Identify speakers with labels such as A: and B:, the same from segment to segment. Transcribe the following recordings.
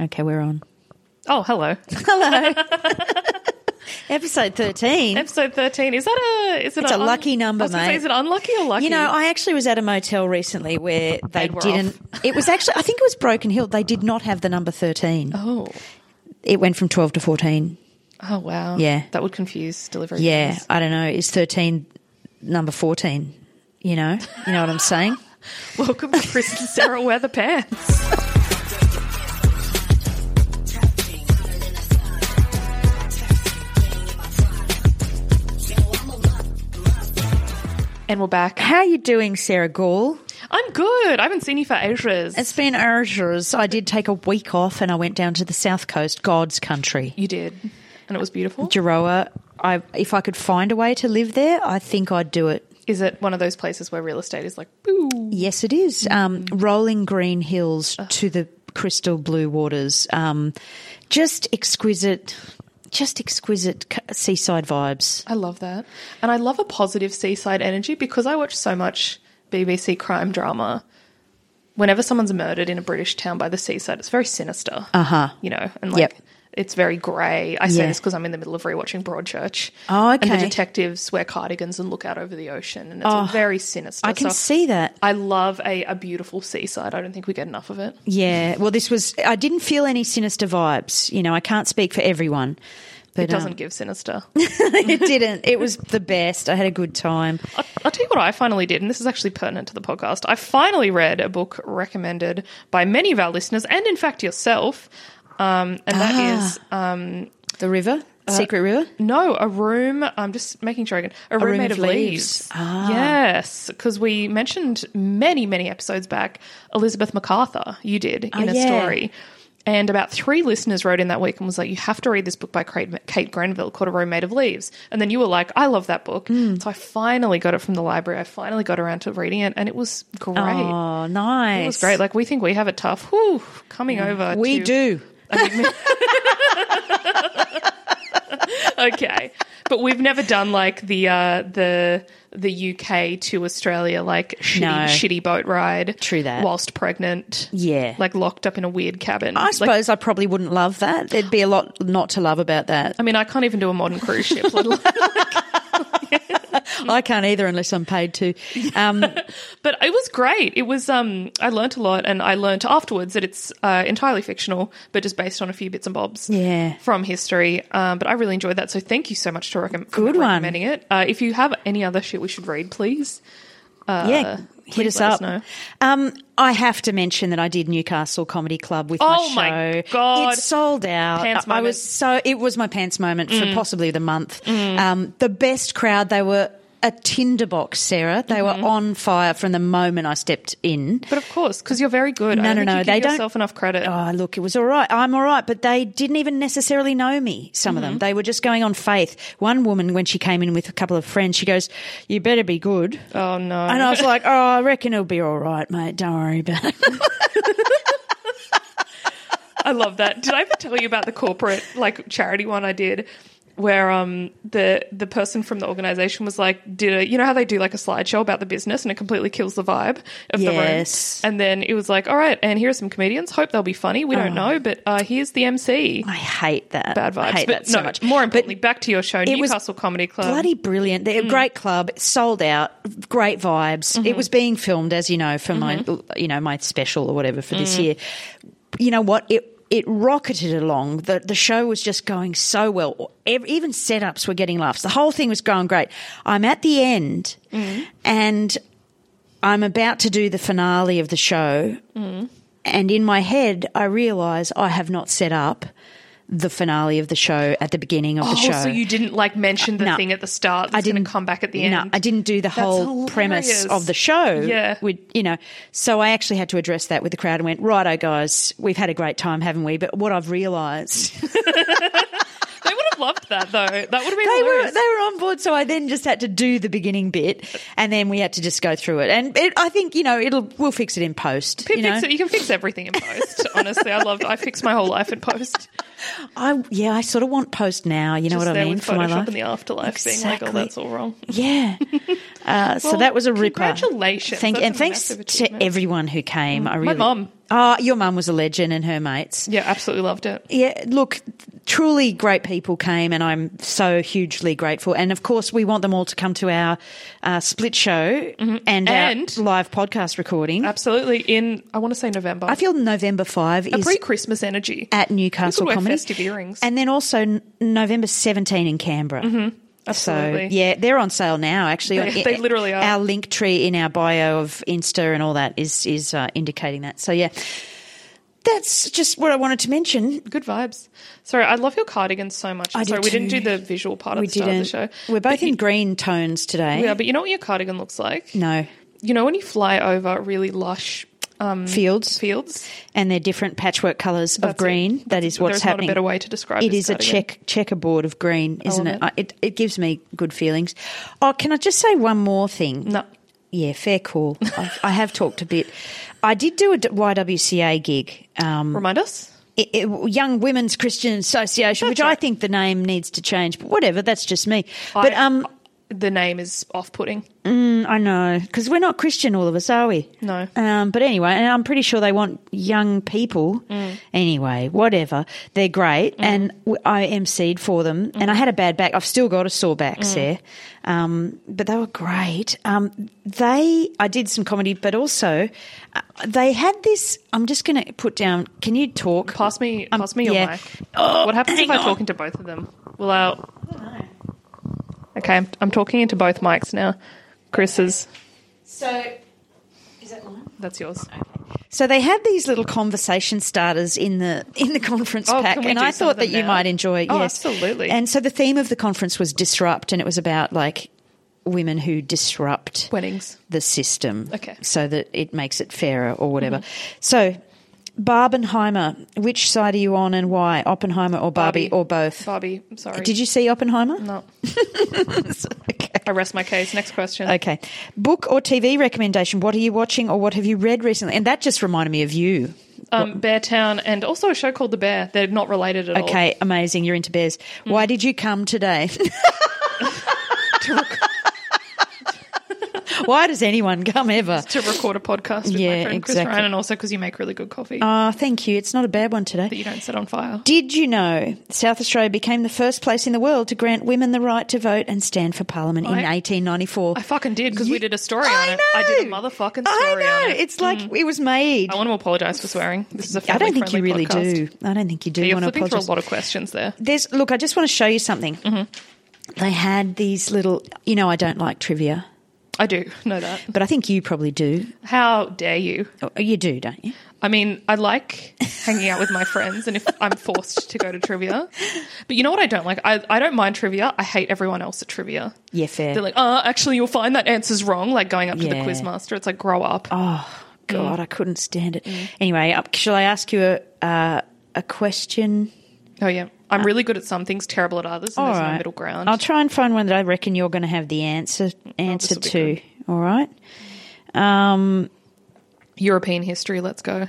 A: Okay, we're on.
B: Oh, hello.
A: Hello. Episode 13.
B: Episode thirteen. Is that a? Is it?
A: It's
B: a
A: a lucky number,
B: I was gonna say,
A: mate.
B: is it unlucky or lucky?
A: You know, I actually was at a motel recently where they
B: Bed were
A: didn't. It was actually, I think it was Broken Hill. They did not have the number 13.
B: oh,
A: It went from 12 to 14.
B: oh wow.
A: Yeah.
B: that would confuse delivery.
A: Yeah,
B: guys.
A: I don't know. Is 13 number 14? You know? You know what I'm saying?
B: Welcome to prison, Sarah. Wear the pants. And we're back.
A: How are you doing, Sarah Gall?
B: I'm good. I haven't seen you for ages.
A: It's been ages. I did take a week off and I went down to the south coast, God's country.
B: you did, and it was beautiful.
A: Jeroa, I, if I could find a way to live there, I think I'd do it.
B: Is it one of those places where real estate is like, boo?
A: Yes, it is. Um,
B: Mm-hmm.
A: rolling green hills to the crystal blue waters. Um, just exquisite, just exquisite c- seaside vibes.
B: I love that. And I love a positive seaside energy because I watch so much BBC crime drama. Whenever someone's murdered in a British town by the seaside, it's very sinister. Uh huh. You know, and like
A: Uh-huh. Yep.
B: it's very grey. I say
A: Yeah.
B: this because I'm in the middle of rewatching Broadchurch.
A: Oh,
B: And the
A: okay. Oh,
B: detectives wear cardigans and look out over the ocean, and it's all very sinister.
A: I can
B: So
A: see that.
B: I love a, a beautiful seaside. I don't think we get enough of it.
A: Yeah. Well, this was, I didn't feel any sinister vibes. You know, I can't speak for everyone. But,
B: It doesn't
A: um,
B: give sinister.
A: it didn't. It was the best. I had a good time.
B: I'll, I'll tell you what I finally did, and this is actually pertinent to the podcast. I finally read a book recommended by many of our listeners, and in fact yourself, um, and that is um,
A: The river, Secret River.
B: no, a room. I'm just making sure again. A, room
A: Room
B: made
A: of
B: of leaves.
A: Leaves. Ah.
B: Yes, because we mentioned many, many episodes back Elizabeth MacArthur. You did in a
A: Oh, yeah.
B: story. And about three listeners wrote in that week and was like, "You have to read this book by Kate Kate Grenville called A Room Made of Leaves." And then you were like, "I love that book."
A: Hmm.
B: So I finally got it from the library. I finally got around to reading it, and it was Uh, great.
A: Oh, nice.
B: It was great. Like we think we have it tough. Whew, coming over.
A: we
B: to-
A: do.
B: okay but we've never done like the uh the the uk to australia like shitty
A: No.
B: shitty boat ride
A: True that.
B: whilst pregnant
A: Yeah.
B: like locked up in a weird cabin
A: I
B: Like,
A: suppose I probably wouldn't love that. There'd be a lot not to love about that.
B: i mean i can't even do a modern cruise ship let alone- Mm.
A: I can't either unless I'm paid to. Um,
B: but it was great it was um i learnt a lot and i learnt afterwards that it's uh, entirely fictional but just based on a few bits and bobs
A: Yeah.
B: from history um, but i really enjoyed that so thank you so much to recommend
A: Good one.
B: recommending it uh, if you have any other shit we should read please
A: yeah, uh, hit
B: please
A: us
B: let us
A: up.
B: know.
A: um, I have to mention that I did Newcastle Comedy Club with
B: Oh my
A: my show.
B: God.
A: It sold out.
B: Pants
A: I I
B: moment. Mm.
A: was so it was my pants moment for possibly the month. Um, the best crowd. They were a tinderbox, Sarah. They
B: Mm-hmm.
A: were on fire from the moment I stepped in.
B: But of course, because you're very good. No, I
A: No,
B: don't
A: no,
B: think
A: no,
B: You give
A: they don't-
B: yourself enough credit.
A: Oh, look, it was all right. I'm all right. But they didn't even necessarily know me, some of them.
B: Mm-hmm.
A: They were just going on faith. One woman, when she came in with a couple of friends, she goes, You better be good.
B: Oh no!
A: And I was like, Oh, I reckon it'll be all right, mate. Don't worry about it.
B: I love that. Did I ever tell you about the corporate like charity one I did? Where um the the person from the organization was like, did a, you know how they do like a slideshow about the business and it completely kills the vibe of
A: Yes.
B: the room? And then it was like, all right, and here are some comedians. Hope they'll be funny. We don't know, but uh, here's the MC.
A: I hate that.
B: Bad vibes.
A: Oh. I hate
B: but
A: that so
B: no,
A: much.
B: more
A: But
B: importantly, back to your show,
A: was
B: Newcastle Comedy Club. Mm.
A: Bloody brilliant. They're a great club, sold out, great vibes.
B: Mm-hmm.
A: It was being filmed, as you know, for my you know, my special or whatever for
B: Mm.
A: this year. You know what? It it rocketed along. The the show was just going so well. Ev- Even setups were getting laughs. The whole thing was going great. I'm at the end
B: Mm.
A: and I'm about to do the finale of the show.
B: Mm.
A: And in my head, I realize I have not set up the finale of the show at the beginning of the
B: Oh,
A: show.
B: so you didn't like mention the
A: No.
B: thing at the start. That's
A: I
B: going
A: didn't
B: to come back at the end.
A: No, I didn't do the whole premise
B: hilarious.
A: of the show.
B: Yeah.
A: with you know, so I actually had to address that with the crowd and went, "Righto, guys, we've had a great time, haven't we?" But what I've realised, they
B: They would have loved that though. That would have been
A: were
B: hilarious.
A: they were on board, so I then just had to do the beginning bit, and then we had to just go through it. And it, I think you know, it'll we'll fix it in post.
B: Pip
A: you know,
B: fix it. You can fix everything in post. Honestly, I loved. I fixed my whole life in post.
A: I yeah, I sort of want post now. You know
B: Just
A: what I
B: there
A: mean
B: with
A: for my
B: Photoshop
A: life.
B: in the afterlife, being like, "Oh,
A: Exactly.
B: that's all wrong."
A: Yeah. Uh, so
B: Well,
A: that was a ripper.
B: congratulations.
A: Thank,
B: That's
A: and
B: a
A: thanks
B: massive
A: to
B: achievement.
A: everyone who came. I
B: My
A: really,
B: mum.
A: Oh, your mum was a legend and her mates.
B: Yeah, absolutely loved it.
A: Yeah, look, truly great people came, and I'm so hugely grateful. And of course, we want them all to come to our uh, split show and,
B: Mm-hmm. And- Uh,
A: our live podcast recording.
B: Absolutely. In I want to say November.
A: I feel November 5 is
B: pre Christmas energy.
A: at Newcastle
B: People wear
A: Comedy.
B: festive earrings. Mm-hmm.
A: And then also n- November 17 in Canberra.
B: Absolutely.
A: So, yeah, they're on sale now, actually.
B: They- they literally are.
A: Our link tree in our bio of Insta and all that is, is uh, indicating that. So, yeah, that's just what I wanted to mention.
B: Good vibes. Sorry, I love your cardigans so much.
A: I do
B: Sorry, we didn't do
A: too.
B: the visual part at
A: we
B: the start
A: didn't.
B: of the show.
A: We're both
B: But you-
A: in green tones today.
B: yeah, but you know what your cardigan looks like?
A: No.
B: You know when you fly over really lush um,
A: Fields.
B: fields?
A: And they're different patchwork colours of
B: That's it.
A: green. That
B: That's-
A: is what's
B: there's
A: happening.
B: not a better way to describe
A: It
B: this
A: is a
B: cardigan.
A: check checkerboard of green, isn't
B: love
A: it?
B: it.
A: I, it? It gives me good feelings. Oh, can I just say one more thing?
B: No.
A: Yeah, fair call. I've, I have talked a bit. I did do a d- YWCA gig, um,
B: Remind us?
A: i i- Young Women's Christian Association,
B: That's
A: which I
B: right.
A: think the name needs to change, but whatever, that's just me. but
B: I-
A: um,
B: The name is off putting.
A: I know because we're not Christian, all of us, are we?
B: No.
A: Um, but anyway, and I'm pretty sure they want young people. Anyway, whatever, they're great, and w- I emceed for them, and I had a bad back. I've still got a sore back, Sarah. Um, but they were great. Um, they, I did some comedy, but also uh, they had this. I'm just going to put down. Can you talk?
B: Pass me,
A: Um,
B: pass me your
A: yeah.
B: mic.
A: Oh,
B: what happens if
A: hang on.
B: I
A: Oh,
B: talk into both of them? Will I? Okay, I'm, I'm talking into both mics now. Chris's,
A: So, is that mine?
B: that's yours.
A: So they had these little conversation starters in the in the conference
B: Oh,
A: pack,
B: can we
A: and
B: do
A: I
B: some of
A: thought that
B: them
A: you
B: now?
A: might enjoy.
B: Oh,
A: yes,
B: absolutely.
A: And so the theme of the conference was disrupt, and it was about like women who disrupt
B: Weddings.
A: the system,
B: Okay. Mm-hmm.
A: so that it makes it fairer or whatever. So. Barbenheimer, which side are you on and why? Oppenheimer or Barbie,
B: Barbie.
A: or both?
B: Barbie, I'm sorry.
A: Did you see Oppenheimer?
B: No.
A: okay.
B: I rest my case. Next question.
A: Okay. Book or TV recommendation? What are you watching or what have you read recently? And that just reminded me of you.
B: Um, Bear Town and also a show called The Bear. They're not related at all.
A: Okay, amazing. You're into bears.
B: Hmm.
A: Why did you come today? Why does anyone come ever?
B: To record a podcast with
A: Yeah,
B: my friend Chris
A: exactly.
B: Ryan and also because you make really good coffee
A: Ah, thank you. It's not a bad one
B: that
A: today.
B: you don't set on fire.
A: Did you know South Australia became the first place in the world to grant women the right to vote and stand for parliament in
B: I-
A: 1894?
B: I fucking did because we
A: You-
B: did a story on
A: I
B: it. I did a
A: know.
B: motherfucking
A: I
B: story
A: know.
B: on it. Hmm.
A: It's like it was made.
B: I want to apologise for swearing. This is a
A: I
B: family
A: don't think you really do. I don't think you do
B: You're
A: want to
B: flipping through a
A: apologize.
B: lot of questions there.
A: There's look, I just want to show you something.
B: Mm-hmm.
A: They had these little, you know, I don't like trivia,
B: I do know that.
A: but I think you probably do.
B: How dare you?
A: Oh, You do, don't you?
B: I mean, I like hanging out with my friends and if I'm forced to go to trivia. But you know what I don't like? I, I don't mind trivia. I hate everyone else at trivia.
A: Yeah, fair.
B: They're like, uh, actually, you'll find that answer's wrong. Like going up to the
A: Yeah.
B: quiz master. It's like, grow up.
A: oh
B: mm.
A: God, I couldn't stand it. Anyway, up, shall I ask you a uh, a question?
B: Oh, yeah. I'm really good at some things, terrible at others, and
A: All
B: there's
A: right.
B: no middle ground.
A: Uh,
B: Oh,
A: I'll try and find one that I reckon you're going to have the answer answer
B: will be
A: to.
B: good.
A: All right. Um,
B: European history, let's go.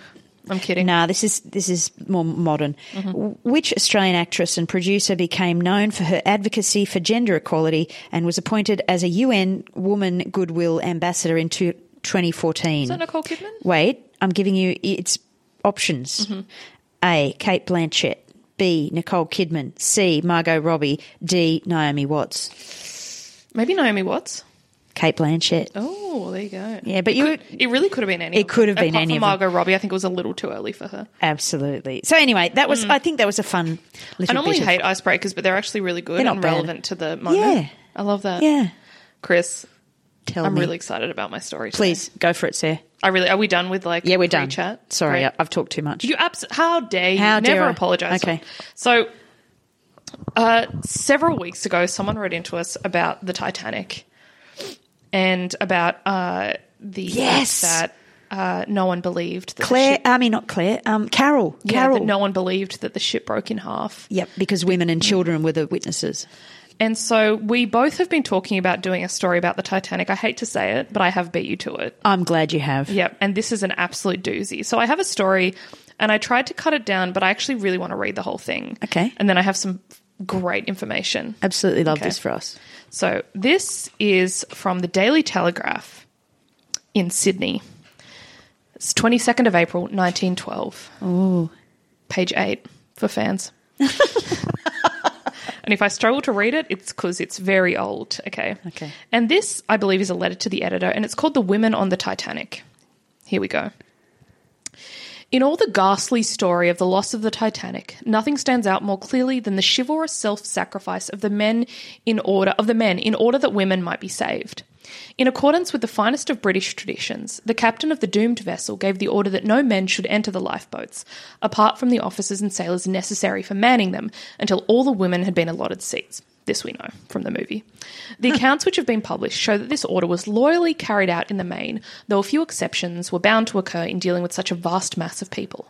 B: I'm kidding.
A: nah, this is this is more modern.
B: Mm-hmm.
A: W- Which Australian actress and producer became known for her advocacy for gender equality and was appointed as a UN Woman Goodwill Ambassador in two, 2014?
B: Is that Nicole Kidman?
A: Wait, I'm giving you its options. A. Kate Blanchett. B. Nicole Kidman. C. Margot Robbie. D. Naomi Watts.
B: Maybe Naomi Watts.
A: Kate Blanchett.
B: Oh, there you go.
A: Yeah, but you
B: It really could have been any.
A: It could have been
B: Apart
A: any
B: From
A: of them.
B: Margot Robbie, I think it was a little too early for her.
A: absolutely. So anyway, that was.
B: Mm.
A: I think that was a fun
B: I
A: little
B: normally
A: bit of-
B: hate icebreakers, but they're actually really good
A: They're not
B: and
A: bad.
B: relevant to the moment.
A: Yeah.
B: I love that.
A: Yeah,
B: Chris,
A: tell
B: I'm
A: me.
B: really excited about my story. today.
A: Please go for it, sir.
B: I really are we done with like
A: Yeah, we're done.
B: Chat.
A: Sorry, I, I've talked too much.
B: You abs- how dare you?
A: How dare
B: Never
A: I?
B: apologize.
A: Okay.
B: So, uh, several weeks ago, someone wrote into us about the Titanic and about uh, the fact
A: Yes.
B: that uh, no one believed that
A: Claire,
B: the ship,
A: I mean not Claire. Um, Carol.
B: yeah,
A: Carol.
B: that no one believed that the ship broke in half.
A: Yep, because women and children were the witnesses.
B: And so we both have been talking about doing a story about the Titanic. I hate to say it, but I have beat you to it.
A: I'm glad you have.
B: Yep. And this is an absolute doozy. So I have a story and I tried to cut it down, but I actually really want to read the whole thing.
A: Okay.
B: And then I have some great information.
A: Absolutely love
B: Okay.
A: this for us.
B: So this is from the Daily Telegraph in Sydney. It's 22nd of April, 1912.
A: Oh,
B: page eight for fans. and if I struggle to read it, it's because it's very old. Okay.
A: Okay.
B: And this, I believe, is a letter to the editor, and it's called The Women on the Titanic. Here we go. In all the ghastly story of the loss of the Titanic, nothing stands out more clearly than the chivalrous self-sacrifice of the men in order of the men in order that women might be saved. In accordance with the finest of British traditions, the captain of the doomed vessel gave the order that no men should enter the lifeboats, apart from the officers and sailors necessary for manning them, until all the women had been allotted seats. This we know from the movie. The accounts which have been published show that this order was loyally carried out in the main, though a few exceptions were bound to occur in dealing with such a vast mass of people.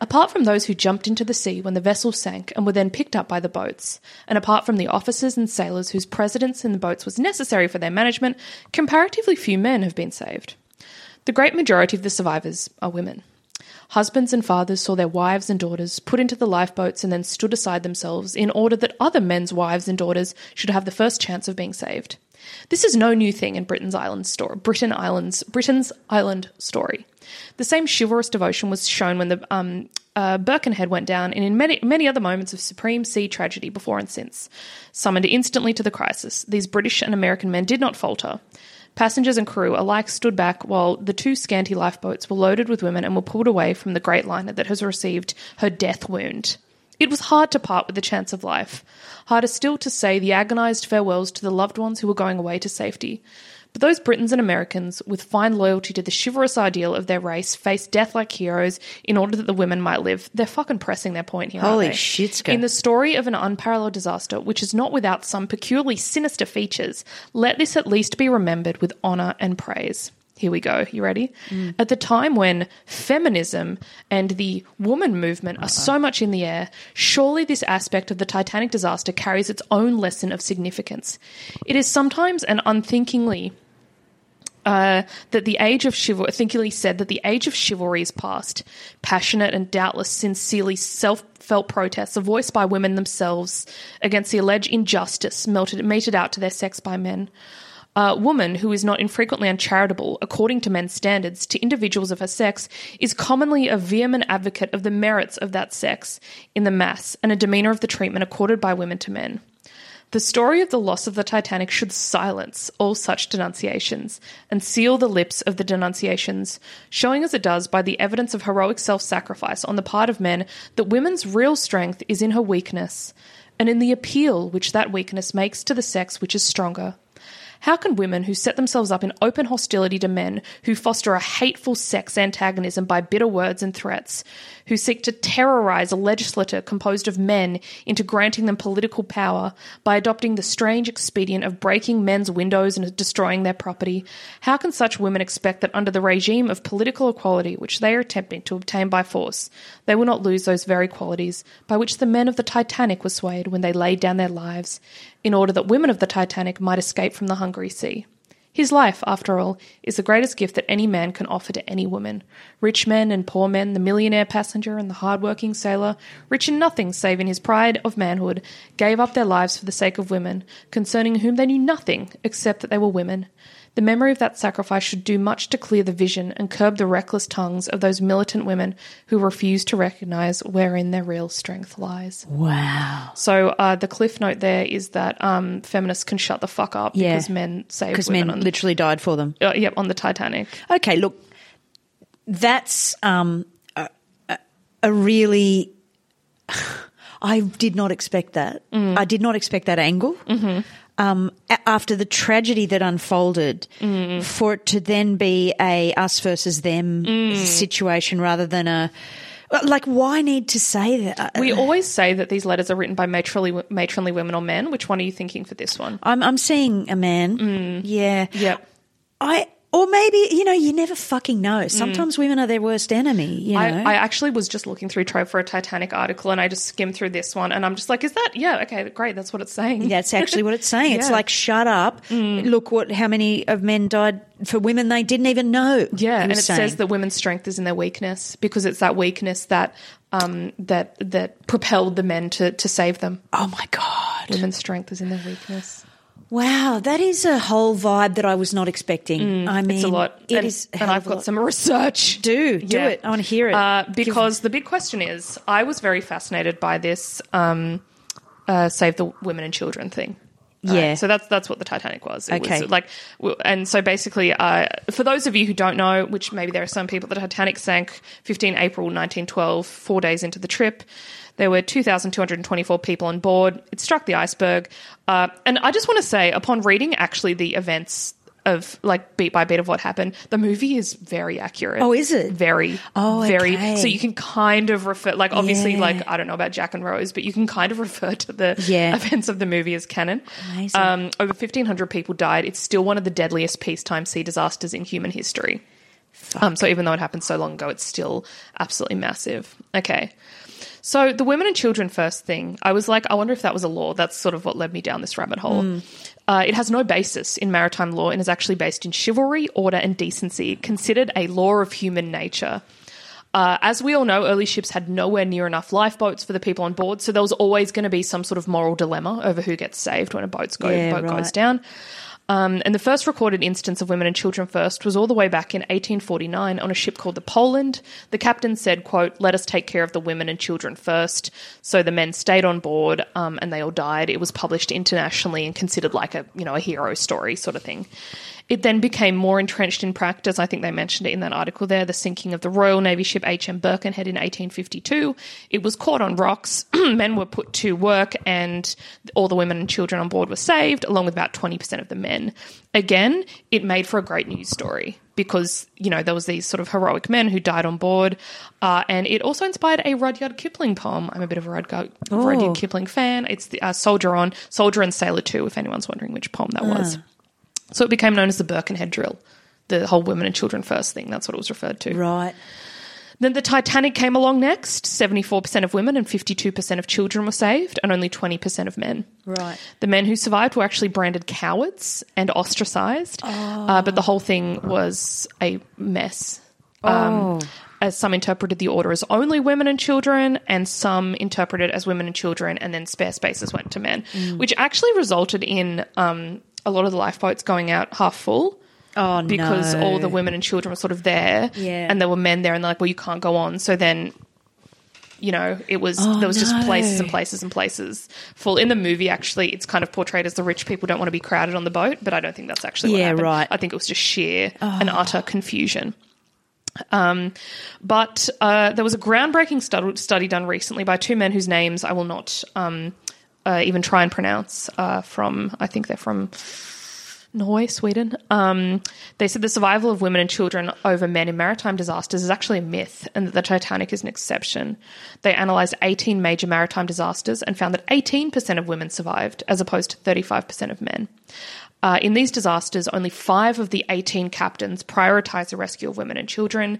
B: Apart from those who jumped into the sea when the vessel sank and were then picked up by the boats, and apart from the officers and sailors whose presence in the boats was necessary for their management, comparatively few men have been saved. The great majority of the survivors are women. Husbands and fathers saw their wives and daughters put into the lifeboats and then stood aside themselves in order that other men's wives and daughters should have the first chance of being saved. This is no new thing in Britain's island story. Britain Islands, Britain's island story. The same chivalrous devotion was shown when the um, uh, Birkenhead went down, and in many many other moments of supreme sea tragedy before and since. Summoned instantly to the crisis, these British and American men did not falter. Passengers and crew alike stood back while the two scanty lifeboats were loaded with women and were pulled away from the great liner that has received her death wound. It was hard to part with the chance of life, harder still to say the agonized farewells to the loved ones who were going away to safety. But those Britons and Americans, with fine loyalty to the chivalrous ideal of their race, faced death like heroes in order that the women might live. They're fucking pressing their point here. aren't
A: Holy
B: they?
A: shitska.
B: In the story of an unparalleled disaster, which is not without some peculiarly sinister features, let this at least be remembered with honour and praise. Here we go. You ready? At the time when feminism and the woman movement are so much in the air, surely this aspect of the Titanic disaster carries its own lesson of significance. It is sometimes and unthinkingly uh, that the age of chivalry, I think he said that the age of chivalry is past. Passionate and doubtless sincerely self felt protests are voiced by women themselves against the alleged injustice melted, meted out to their sex by men. A woman who is not infrequently uncharitable, according to men's standards, to individuals of her sex, is commonly a vehement advocate of the merits of that sex in the mass and a demeanour of the treatment accorded by women to men. The story of the loss of the Titanic should silence all such denunciations and seal the lips of the denunciations, showing as it does by the evidence of heroic self sacrifice on the part of men that women's real strength is in her weakness and in the appeal which that weakness makes to the sex which is stronger. How can women who set themselves up in open hostility to men, who foster a hateful sex antagonism by bitter words and threats, who seek to terrorize a legislature composed of men into granting them political power by adopting the strange expedient of breaking men's windows and destroying their property, how can such women expect that under the regime of political equality which they are attempting to obtain by force, they will not lose those very qualities by which the men of the Titanic were swayed when they laid down their lives in order that women of the Titanic might escape from the hungry sea. His life, after all, is the greatest gift that any man can offer to any woman. Rich men and poor men, the millionaire passenger and the hard-working sailor, rich in nothing save in his pride of manhood, gave up their lives for the sake of women, concerning whom they knew nothing except that they were women. The memory of that sacrifice should do much to clear the vision and curb the reckless tongues of those militant women who refuse to recognize wherein their real strength lies.
A: wow.
B: So uh, the cliff note there is that um, feminists can shut the fuck up
A: Yeah.
B: because men save
A: Because
B: women
A: men
B: on the,
A: literally died for them.
B: uh, yep, on the Titanic.
A: Okay, look, that's um, a, a a really. I did not expect that.
B: Mm.
A: I did not expect that angle.
B: Mm-hmm.
A: Um, a- after the tragedy that unfolded,
B: Mm.
A: for it to then be a us versus them
B: Mm.
A: situation rather than a like, why need to say that?
B: We always say that these letters are written by matronly, matronly women or men. Which one are you thinking for this one?
A: I'm I'm seeing a man.
B: Mm.
A: Yeah,
B: Yep.
A: I or maybe you know you never fucking know. Sometimes women are their worst enemy. You know.
B: Mm. I, I actually was just looking through Trove for a Titanic article and I just skimmed through this one and I'm just like, is that? Yeah, okay, great. That's what it's saying.
A: That's actually what it's saying. It's
B: Yeah. Mm.
A: like shut up. Look what how many of men died for women they didn't even know.
B: Yeah,
A: he
B: and
A: was
B: it
A: saying.
B: says that women's strength is in their weakness because it's that weakness that um, that that propelled the men to, to save them.
A: Oh my god.
B: Women's strength is in their weakness.
A: Wow, that is a whole vibe that I was not expecting. I mean,
B: Mm, It's a lot.
A: It
B: and,
A: is a
B: and
A: hell
B: I've
A: of a
B: got
A: lot.
B: some research.
A: Do do
B: Yeah.
A: it. I want to hear it.
B: Uh, because the big question is, I was very fascinated by this um, uh, "Save the Women and Children" thing. Right?
A: Yeah.
B: So that's that's what the Titanic was. It
A: Okay.
B: Was like, w- and so basically, uh, for those of you who don't know, which maybe there are some people, the Titanic sank 15 April 1912, four days into the trip. There were 2,224 people on board. It struck the iceberg, uh, and I just want to say, upon reading actually the events. Of like beat by beat of what happened, the movie is very accurate.
A: Oh, is it?
B: very?
A: Oh,
B: very.
A: okay.
B: So you can kind of refer, like obviously,
A: Yeah.
B: like I don't know about Jack and Rose, but you can kind of refer to the
A: Yeah.
B: events of the movie as canon.
A: Amazing.
B: Um, over fifteen hundred people died. It's still one of the deadliest peacetime sea disasters in human history. Um, so even though it happened so long ago, it's still absolutely massive. Okay. So the women and children first thing, I was like, I wonder if that was a law. That's sort of what led me down this rabbit hole.
A: Hmm.
B: Uh, it has no basis in maritime law and is actually based in chivalry, order, and decency, considered a law of human nature. Uh, as we all know, early ships had nowhere near enough lifeboats for the people on board, so there was always going to be some sort of moral dilemma over who gets saved when a boat's go,
A: Yeah,
B: boat goes
A: right.
B: down. Um, and the first recorded instance of women and children first was all the way back in 1849 on a ship called the Poland. The captain said, "quote Let us take care of the women and children first. So the men stayed on board, um, and they all died. It was published internationally and considered like a you know a hero story sort of thing. It then became more entrenched in practice. I think they mentioned it in that article there. The sinking of the Royal Navy ship H.M. Birkenhead in 1852. It was caught on rocks. men were put to work, and all the women and children on board were saved, along with about 20% of the men. Again, it made for a great news story because you know there was these sort of heroic men who died on board, uh, and it also inspired a Rudyard Kipling poem. I'm a bit of a Rudyard, Rudyard Kipling fan. It's the uh, Soldier on, Soldier and Sailor Two. If anyone's wondering which poem that was. So it became known as the Birkenhead drill, the whole women and children first thing. That's what it was referred to.
A: right.
B: Then the Titanic came along next. 74% of women and 52% of children were saved, and only 20% of men.
A: Right.
B: The men who survived were actually branded cowards and ostracized. Uh, but the whole thing was a mess. Um, As some interpreted the order as only women and children, and some interpreted as women and children, and then spare spaces went to men, which actually resulted in um, a lot of the lifeboats going out half full
A: Oh
B: because
A: no.
B: all the women and children were sort of there,
A: Yeah.
B: and there were men there, and they're like, "Well, you can't go on." So then, you know, it was there was
A: Oh, no.
B: just places and places and places full. In the movie, actually, it's kind of portrayed as the rich people don't want to be crowded on the boat, but I don't think that's actually what
A: Yeah,
B: happened.
A: right. Oh.
B: I think it was just sheer and utter confusion. Um, but uh, there was a groundbreaking stud- study done recently by two men whose names I will not um, uh, even try and pronounce. Uh, from I think they're from Norway, Sweden. Um, they said the survival of women and children over men in maritime disasters is actually a myth, and that the Titanic is an exception. They analysed 18 major maritime disasters and found that 18% of women survived, as opposed to 35% of men. Uh, in these disasters, only five of the 18 captains prioritise the rescue of women and children.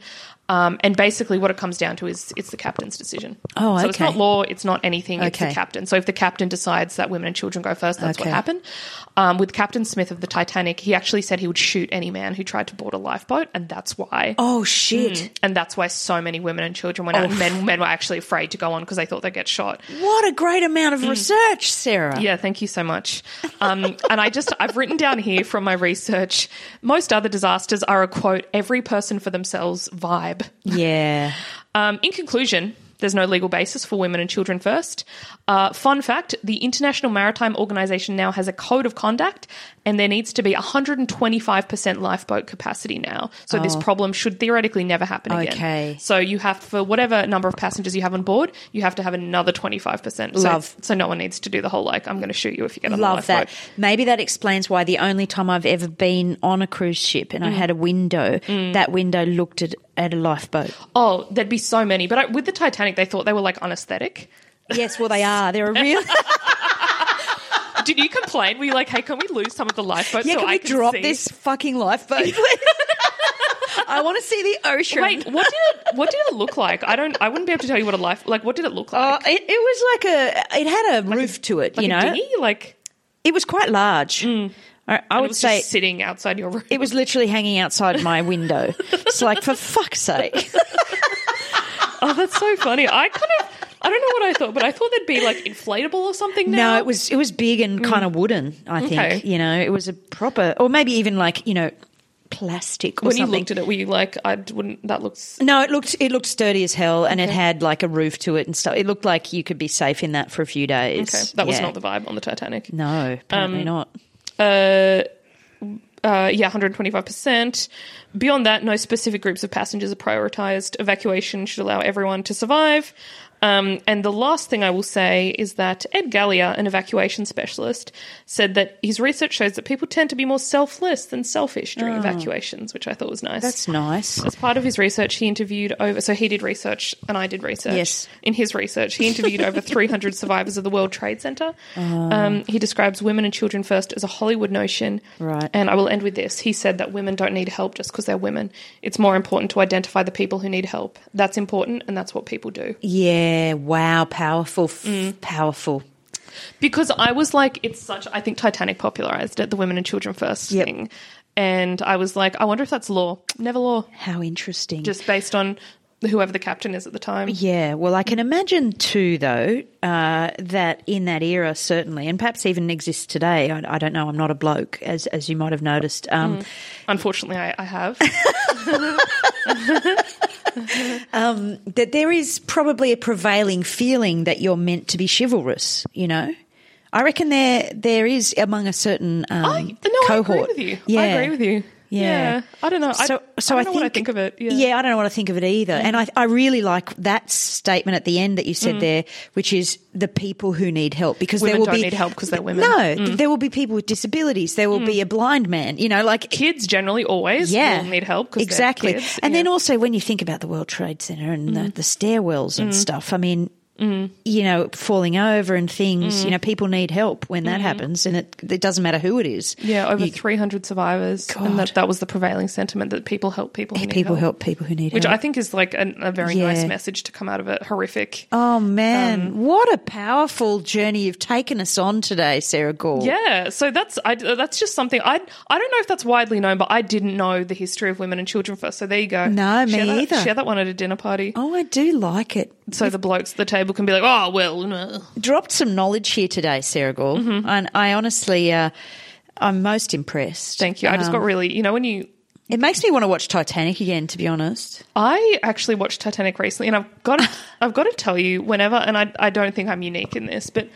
B: Um, and basically, what it comes down to is it's the captain's decision.
A: Oh,
B: So it's
A: okay.
B: not law, it's not anything, it's the
A: Okay.
B: captain. So if the captain decides that women and children go first, that's what
A: Okay.
B: happens happen. Um, with Captain Smith of the Titanic, he actually said he would shoot any man who tried to board a lifeboat, and that's why.
A: Oh shit.
B: And that's why so many women and children went out. and Men, men were actually afraid to go on because they thought they'd get shot.
A: What a great amount
B: Mm.
A: of research, Sarah.
B: Yeah, thank you so much. Um, and I just, I've written down here from my research most other disasters are a quote, every person for themselves vibe.
A: Yeah.
B: Um, in conclusion, there's no legal basis for women and children first. Uh, fun fact the International Maritime Organization now has a code of conduct, and there needs to be 125% lifeboat capacity now. So this problem should theoretically never happen again.
A: Oh. Okay.
B: So you have, for whatever number of passengers you have on board, you have to have another 25%. So,
A: Love.
B: So no one needs to do the whole, like, I'm going to shoot you if you get on
A: Love
B: the
A: that.
B: lifeboat.
A: Maybe that explains why the only time I've ever been on a cruise ship and I had a window, that window looked at, at a lifeboat.
B: Oh, there'd be so many. But I, with the Titanic, they thought they were, like, unesthetic.
A: Yes, well, they are. They're a real.
B: Did you complain? Were you like, hey, can we lose some of the lifeboats
A: yeah,
B: so
A: can
B: I
A: we
B: can
A: drop
B: see?
A: this fucking lifeboat? please? I want to see the ocean.
B: Wait, what did it, what did it look like? I don't. I wouldn't be able to tell you what a life like. What did it look
A: Uh,
B: like?
A: it, it was like a. It had a Mm. roof to it. Oh,
B: like
A: you know,
B: a dinghy, like
A: it was quite large. I, I
B: I
A: would
B: was
A: say
B: just sitting outside your room.
A: it was literally hanging outside my window. it's like for fuck's sake.
B: oh, that's so funny. I kind of. I don't know what I thought, but I thought they'd be like inflatable or something. Now.
A: No, it was it was big and kind of wooden. I think
B: Mm. Okay.
A: you know it was a proper, or maybe even like you know plastic or
B: when you
A: something.
B: looked at it. Were you like, I wouldn't? That looks.
A: no, it looked it looked sturdy as hell, and it had like a roof to it and stuff. It looked like you could be safe in that for a few days.
B: Okay, that was
A: Yeah.
B: not the Um, vibe on the Titanic.
A: no, apparently not.
B: uh, uh, yeah, 125%. Beyond that, no specific groups of passengers are prioritized. Evacuation should allow everyone to survive. Um, and the last thing I will say is that Ed Gallia, an evacuation specialist, said that his research shows that people tend to be more selfless than selfish during evacuations, which I thought was nice.
A: That's nice.
B: As part of his research, he interviewed over. So he did research, and I did research.
A: Yes.
B: In his research, he interviewed over 300 survivors of the World Trade Center. Um, he describes women and children first as a Hollywood notion.
A: Right.
B: And I will end with this. He said that women don't need help just because they're women. It's more important to identify the people who need help. That's important, and that's what people do.
A: Yeah. Wow. Powerful. F-
B: Mm.
A: Powerful.
B: Because I was like, it's such. I think Titanic popularized it, the women and children first
A: Yep.
B: thing. And I was like, I wonder if that's law. Never law.
A: How interesting.
B: Just based on whoever the captain is at the time.
A: Yeah, well, I can imagine too, though, uh, that in that era, certainly, and perhaps even exists today. I, I don't know. I'm not a bloke, as as you might have noticed. Um,
B: Mm. Unfortunately, I, I have.
A: That there is probably a prevailing feeling that you're meant to be chivalrous. You know, I reckon there there is among a certain um,
B: I, Oh, no,
A: cohort.
B: I agree with you.
A: Yeah.
B: I agree with you.
A: Yeah.
B: I don't know.
A: So,
B: I,
A: so
B: I
A: I,
B: don't know
A: think,
B: what I think of it. Yeah.
A: I don't know what I think of it either. And I, I really like that statement at the end that you said there, which is the people who need help because
B: Mm. Women
A: there will
B: don't
A: be
B: need help 'cause they're women. Mm.
A: No, there will be people with disabilities. There will be a blind man. You know, like
B: Kids generally always
A: yeah,
B: will need help because
A: exactly.
B: Kids.
A: And then
B: Yeah. Mm.
A: also when you think about the World Trade Center and the, the stairwells and stuff, I mean. You know, falling over and things.
B: Mm.
A: You know, people need help when that happens, and it, it doesn't matter who it is.
B: yeah, oh, over
A: You-
B: 300 survivors, and that, that was the prevailing sentiment that people help people who need
A: people
B: help.
A: help people who need
B: which
A: help.
B: I think is like an, a very nice
A: Yeah.
B: message to come out of it. Horrific.
A: Oh man, what a powerful journey you've taken us on today, Sarah Gore.
B: Yeah, so that's I, that's just something I I don't know if that's widely known, but I didn't know the history of women and children first. So there you go.
A: No, me
B: share that,
A: either.
B: Share that one at a dinner party,
A: Oh, I do like it.
B: so the blokes at the table can be like, oh well, no.
A: Dropped some knowledge here today, Sarah Gore,
B: Mm-hmm.
A: and I honestly, uh, I'm most impressed.
B: Thank you. I just got really, you know, when you.
A: It makes me want to watch Titanic again, to be honest.
B: I actually watched Titanic recently, and I've got, to, I've got to tell you, whenever, and I, I don't think I'm unique in this, but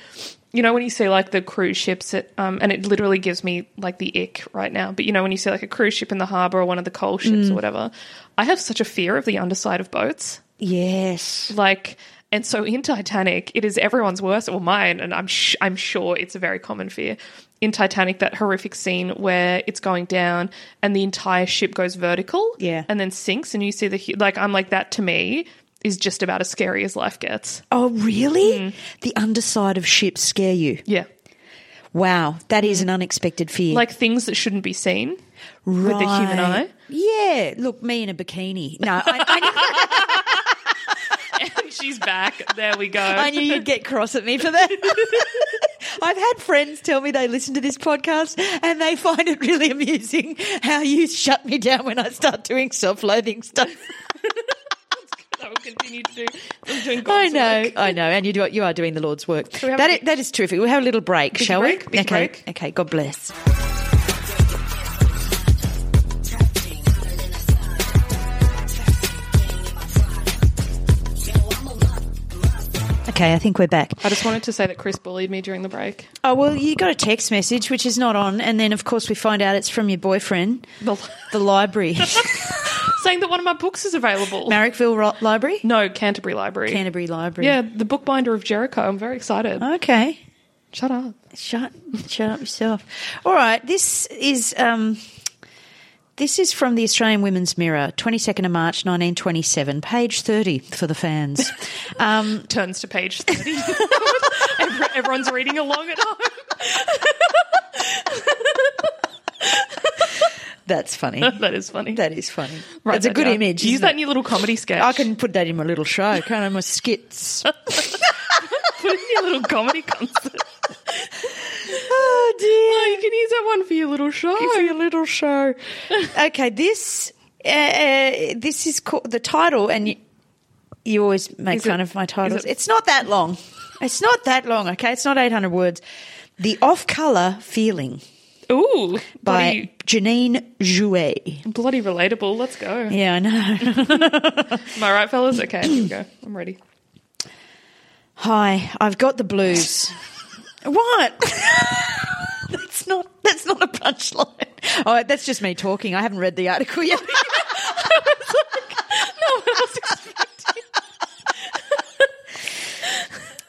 B: you know when you see like the cruise ships, at, um, and it literally gives me like the ick right now. But you know when you see like a cruise ship in the harbour or one of the coal ships or whatever, I have such a fear of the underside of boats.
A: Yes.
B: Like, and so in Titanic, it is everyone's worst, or mine, and I'm sh- I'm sure it's a very common fear. In Titanic, that horrific scene where it's going down and the entire ship goes vertical,
A: Yeah.
B: and then sinks, and you see the hu- like. I'm like that to me is just about as scary as life gets.
A: Oh, really?
B: Hmm.
A: The underside of ships scare you.
B: Yeah,
A: Wow, that is an unexpected fear.
B: Hmm. like things that shouldn't be seen.
A: right.
B: the human eye?
A: Yeah. Look, me in a bikini. No, I, I knew-
B: And she's back. There we go.
A: I knew you'd get cross at me for that. I've had friends tell me they listen to this podcast and they find it really amusing how you shut me down when I start doing self loathing stuff.
B: I will continue to do. I'm doing
A: I
B: God's
A: know,
B: work.
A: I know. And you, do, you are doing the Lord's work.
B: we have
A: That
B: a
A: is,
B: big-
A: that is terrific. We'll have a little break, shall
B: break,
A: we?
B: big
A: okay,
B: break.
A: okay, God bless. Okay, I think we're back.
B: I just wanted to say that Chris bullied me during the break.
A: Oh well, you got a text message which is not on, and then of course we find out it's from your boyfriend, the library,
B: saying that one of my books is available.
A: Marrickville Ro- Library,
B: no, Canterbury Library.
A: Canterbury Library.
B: Yeah, the bookbinder of Jericho. I'm very excited.
A: Okay.
B: Shut up.
A: Shut shut up yourself. All right. This is um this is from the Australian Women's Mirror, twenty second of March, nineteen twenty seven, page thirty for the fans. um,
B: Turns to page 30. Every- Everyone's reading along at home.
A: that's funny.
B: That is funny.
A: That is funny.
B: Write
A: That's a
B: that
A: good
B: down.
A: image.
B: Use
A: isn't
B: that
A: it?
B: in your little comedy sketch.
A: I can put that in my little show, can't I? My skits.
B: put it in your little comedy concert.
A: Oh dear.
B: you can use that one for your little show.
A: for your little show. okay, this uh, uh, this is called the title, and you, you always make
B: Is it-
A: fun of my titles.
B: it-
A: it's not that long. It's not that long, okay? It's not 800 words. The Off Color Feeling
B: Ooh,
A: by Janine Jouet.
B: bloody, bloody relatable. Let's go.
A: Yeah, I know.
B: Am I right, fellas? Okay, here we go. I'm ready.
A: Hi, I've got the blues. what? that's not that's not a punchline. Oh, that's just me talking. I haven't read the article yet.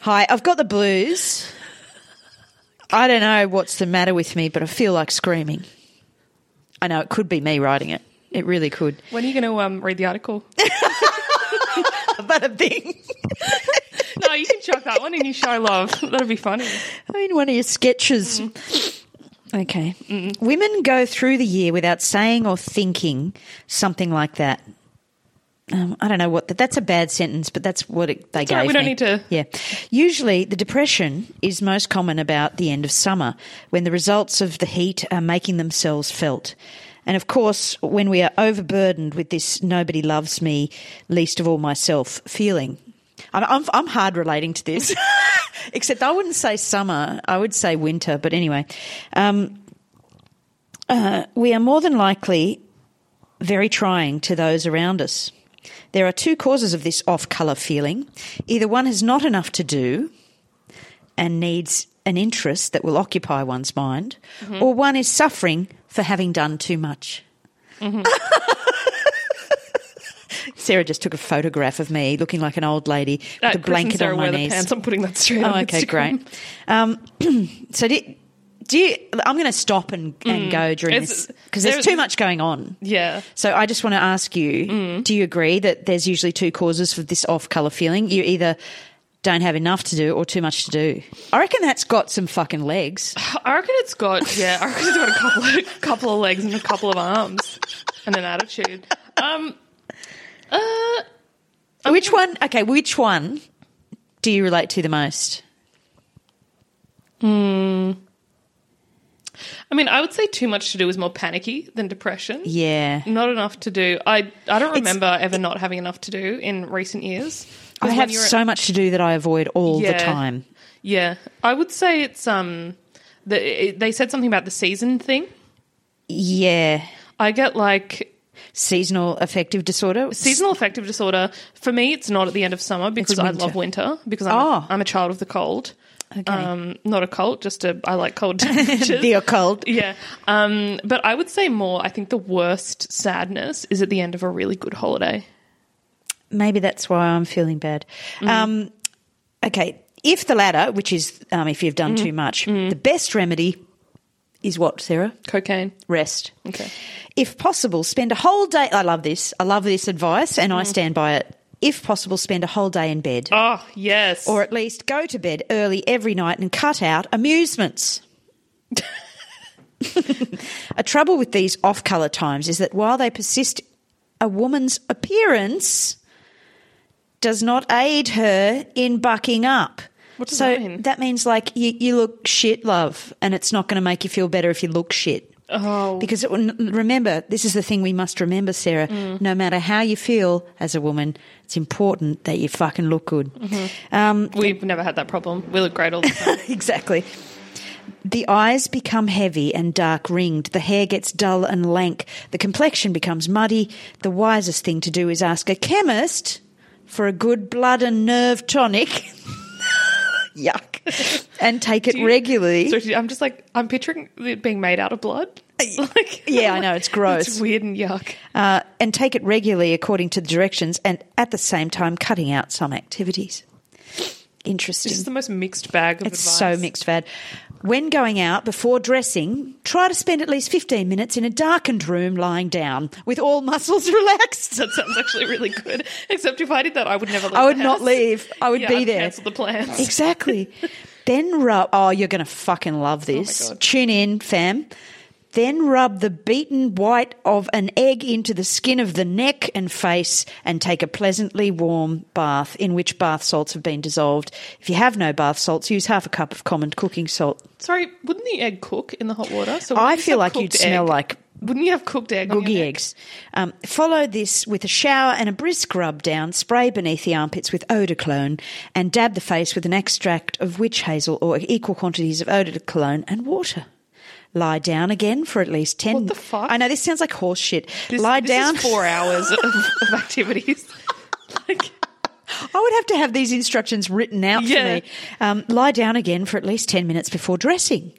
A: Hi, I've got the blues. I don't know what's the matter with me, but I feel like screaming. I know it could be me writing it. It really could.
B: When are you going to um, read the article?
A: But a thing.
B: No, you can chuck that one in your show, love. That'll be funny.
A: I mean, one of your sketches. Okay. Women go through the year without saying or thinking something like that. Um, I don't know what that. That's a bad sentence, but that's what it, they
B: all
A: gave.
B: right, we don't
A: me.
B: need to-
A: Yeah. Usually, the depression is most common about the end of summer, when the results of the heat are making themselves felt. And of course, when we are overburdened with this "nobody loves me, least of all myself" feeling, I'm I'm, I'm hard relating to this. Except I wouldn't say summer; I would say winter. But anyway, we are more than likely very trying to those around us. There are two causes of this off colour feeling. Either one has not enough to do and needs an interest that will occupy one's mind, or one is suffering for having done too much. Sarah just took a photograph of me looking like an old lady with
B: At
A: a blanket on my
B: wear
A: knees.
B: The pants. I'm putting that straight
A: Oh,
B: on
A: okay,
B: Instagram.
A: great. Um, so do, do you, I'm going to stop and, and go during
B: Mm. It's-
A: this because there's
B: there's-
A: too much going on.
B: Yeah.
A: So I just want to ask you:
B: Mm.
A: Do you agree that there's usually two causes for this off-color feeling? You either don't have enough to do or too much to do. I reckon that's got some fucking legs.
B: I reckon it's got yeah. I reckon it's got a couple of couple of legs and a couple of arms and an attitude. Um, uh,
A: which one? Okay, which one do you relate to the most?
B: I mean, I would say too much to do is more panicky than depression.
A: Yeah,
B: Not enough to do. I I don't remember ever not having enough to do in recent years.
A: I
B: 'Cause when
A: have
B: you're-
A: so much to do that I avoid all the
B: Yeah.
A: time.
B: yeah. I would say it's um. The, it, they said something about the season thing.
A: Yeah,
B: I get like
A: seasonal affective disorder.
B: seasonal affective disorder for me it's not at the end of summer because i
A: winter.
B: love winter because i'm,
A: Oh.
B: a, I'm a child of the cold
A: Okay.
B: um, not a cold just a i like cold temperatures
A: the occult.
B: yeah um, but i would say more i think the worst sadness is at the end of a really good holiday
A: maybe that's why I'm feeling bad. Um, okay, if the latter, which is um, if you've done too much, the best remedy is what, Sarah?
B: cocaine
A: Rest.
B: Okay.
A: If possible, spend a whole day. I love this. I love this advice, and I stand by it. If possible, spend a whole day in bed,
B: oh yes
A: or at least go to bed early every night and cut out amusements. a trouble with these off colour times is that while they persist, a woman's appearance does not aid her in bucking up.
B: What does
A: so
B: that mean?
A: means like you, you look shit, love, and it's not going to make you feel better if you look shit.
B: oh
A: Because it, will- remember, this is the thing we must remember, Sarah.
B: Mm.
A: No matter how you feel as a woman, it's important that you fucking look good. Um,
B: we've never had that problem we look great all the time
A: exactly. The eyes become heavy and dark ringed. The hair gets dull and lank. The complexion becomes muddy. The wisest thing to do is ask a chemist for a good blood and nerve tonic. Yuck. And take it
B: you-
A: regularly.
B: so i'm just like i'm picturing it being made out of blood like
A: Uh, yeah, I know, it's gross.
B: it's weird and yuck
A: uh, and take it regularly according to the directions and at the same time cutting out some activities. Interesting.
B: it's the most mixed bag of
A: It's
B: advice
A: so mixed fad. When going out before dressing, try to spend at least 15 minutes in a darkened room lying down with all muscles relaxed.
B: That sounds actually really good. Except if I did that, I would never. Leave
A: I would
B: the
A: not
B: house.
A: leave. I would
B: Yeah,
A: be
B: I'd
A: there.
B: Cancel the plans.
A: Exactly. then rub. Oh, you're going to fucking love this.
B: Oh God.
A: Tune in, fam. Then rub the beaten white of an egg into the skin of the neck and face and take a pleasantly warm bath in which bath salts have been dissolved. If you have no bath salts, use half a cup of common cooking salt.
B: Sorry, wouldn't the egg cook in the hot water? So
A: I
B: wouldn't you
A: feel
B: say
A: like you'd
B: cooked
A: smell
B: egg?
A: like
B: Wouldn't you have cooked egg? on your
A: Googie
B: neck?
A: eggs. Um, follow this with a shower and a brisk rub down. Spray beneath the armpits with Odoclone and dab the face with an extract of witch hazel or equal quantities of Odoclone and water. Lie down again for at least 10
B: What the fuck?
A: I know this sounds like horse shit.
B: This-
A: Lie
B: this is
A: down.
B: four hours of, of activities. like,
A: I would have to have these instructions written out
B: Yeah.
A: for me. Um, lie down again for at least 10 minutes before dressing.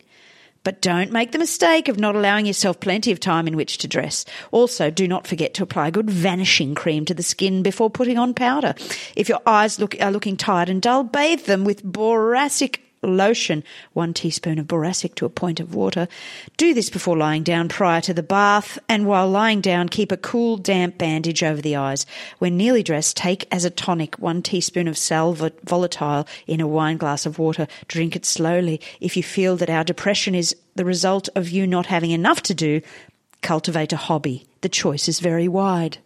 A: But don't make the mistake of not allowing yourself plenty of time in which to dress. Also, do not forget to apply good vanishing cream to the skin before putting on powder. If your eyes look, are looking tired and dull, bathe them with boracic lotion, one teaspoon of boracic to a pint of water. Do this before lying down prior to the bath, and while lying down, keep a cool, damp bandage over the eyes. When nearly dressed, take as a tonic one teaspoon of sal vo- volatile in a wine glass of water. Drink it slowly. If you feel that our depression is the result of you not having enough to do, cultivate a hobby. The choice is very wide.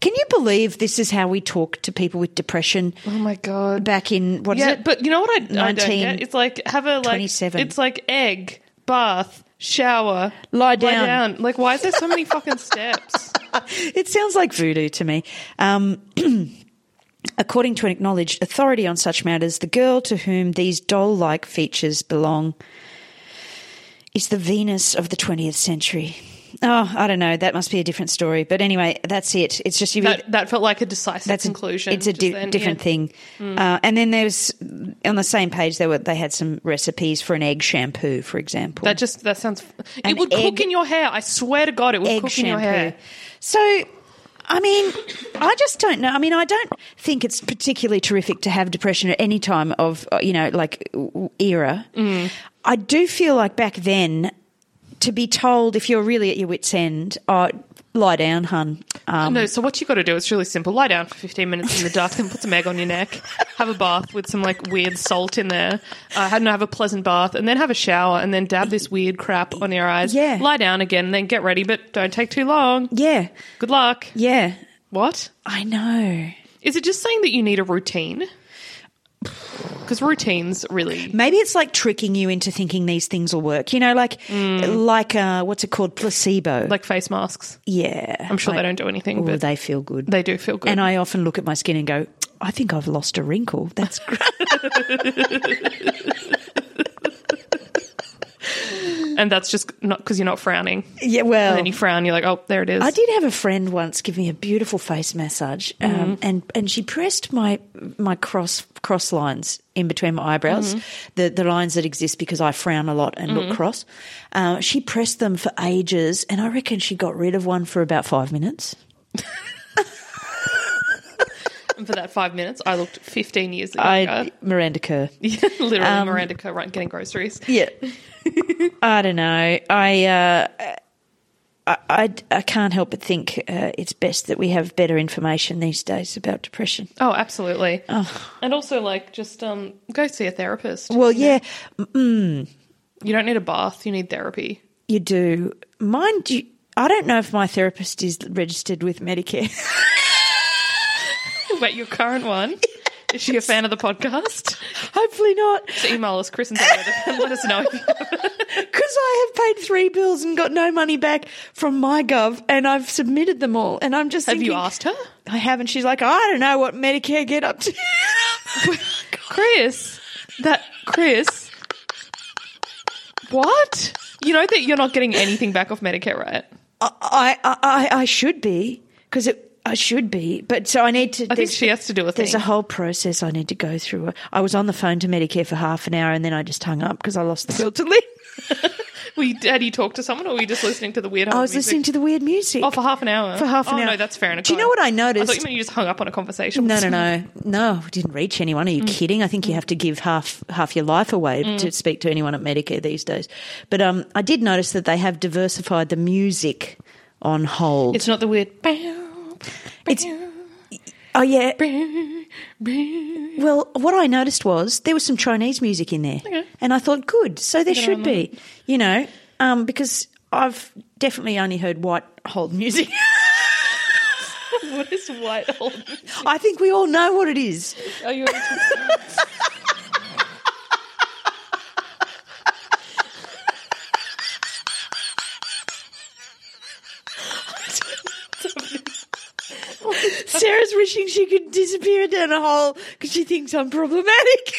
A: Can you believe this is how we talk to people with depression
B: oh my god.
A: back in what is
B: yeah,
A: it?
B: but you know what I, I don't
A: 19,
B: get? It's like have a like
A: 27.
B: it's like egg, bath, shower,
A: Lie down.
B: Like why is there so many fucking steps?
A: It sounds like voodoo to me. Um, according to an acknowledged authority on such matters, the girl to whom these doll like features belong is the Venus of the 20th century. Oh, I don't know. That must be a different story. But anyway, that's it. It's just you've
B: That that felt like a decisive
A: that's a-
B: conclusion.
A: it's a
B: just
A: di-
B: then, yeah. Mm.
A: different thing. Uh, and then there's on the same page there were they had some recipes for an egg shampoo, for example.
B: That just that sounds
A: An
B: it would
A: egg-
B: cook in your hair. I swear to god it would
A: egg
B: cook
A: shampoo.
B: in your hair.
A: So, I mean, I just don't know. I mean, I don't think it's particularly terrific to have depression at any time of uh, you know like w- era.
B: Mm.
A: I do feel like back then to be told if you're really at your wits end, oh, lie down, hun. Um,
B: No, so what you got to do? It's really simple. Lie down for fifteen minutes in the dark, then put some egg on your neck, have a bath with some like weird salt in there. Uh, have, no, have a pleasant bath, and then have a shower, and then dab this weird crap on your eyes.
A: Yeah.
B: Lie down again, and then get ready, but don't take too long.
A: yeah,
B: Good luck.
A: yeah,
B: What
A: I know.
B: is it? Just saying that you need a routine? Because routines really.
A: Maybe it's like tricking you into thinking these things will work. You know, like like uh, what's it called, placebo.
B: Mm. Like face masks.
A: yeah,
B: I'm sure
A: like,
B: they don't do anything,
A: Well,
B: but
A: they feel good.
B: they do feel good.
A: And I often look at my skin and go, I think I've lost a wrinkle. That's great.
B: and that's just not because you're not frowning.
A: yeah, well,
B: And then you frown, you're like, oh, there it is.
A: I did have a friend once give me a beautiful face massage, um, and and she pressed my my cross cross lines in between my eyebrows, the the lines that exist because I frown a lot and look cross. Uh, she pressed them for ages, and I reckon she got rid of one for about five minutes.
B: And for that five minutes, I looked 15 years ago. Uh,
A: I um, Miranda Kerr.
B: Yeah, literally Miranda Kerr right, getting groceries.
A: Yeah. I don't know. I, uh, I, I, I can't help but think uh, it's best that we have better information these days about depression.
B: Oh, absolutely. And also, like, just um, go see a therapist.
A: Oh. Well, yeah,
B: You don't need a bath. You need therapy.
A: you do. Mind you, I don't know if my therapist is registered with Medicare.
B: Wait, your current one? Is she a fan of the podcast?
A: Hopefully not,
B: Just email us, Chris and David, and let us know. If you-
A: because I have paid three bills and got no money back from my gov, and I've submitted them all. And I'm just
B: have you
A: thinking- Oh,
B: asked her?
A: I haven't. She's like, I don't know what Medicare get up to.
B: Chris, that Chris, what? You know that you're not getting anything back off Medicare, right?
A: I, I, I, I should be because I should be, but so I need to.
B: I think she has to do a thing.
A: There's a whole process I need to go through. I was on the phone to Medicare for half an hour and then I just hung up because I lost the will to live.
B: Were you, had you talked to someone, or were you just listening to the weird?
A: I was listening to the weird music.
B: Oh, for half an hour.
A: For half an
B: Oh,
A: hour.
B: No, that's fair enough.
A: Do you know what I noticed?
B: I thought you meant you just hung up on a conversation.
A: no, no, no, no! I Didn't reach anyone. Are
B: Mm.
A: you kidding? I think you have to give half half your life away to speak to anyone at Medicare these days. But um, I did notice that they have diversified the music on hold.
B: It's not the weird.
A: It's- oh yeah,
B: It's
A: Well, what I noticed was there was some Chinese music in there,
B: Okay.
A: and I thought, good, so there should be, you know, um, because I've definitely only heard white hold music.
B: what is white hole?
A: I think we all know what it is.
B: Are you?
A: wishing she could disappear down a hole because she thinks I'm problematic.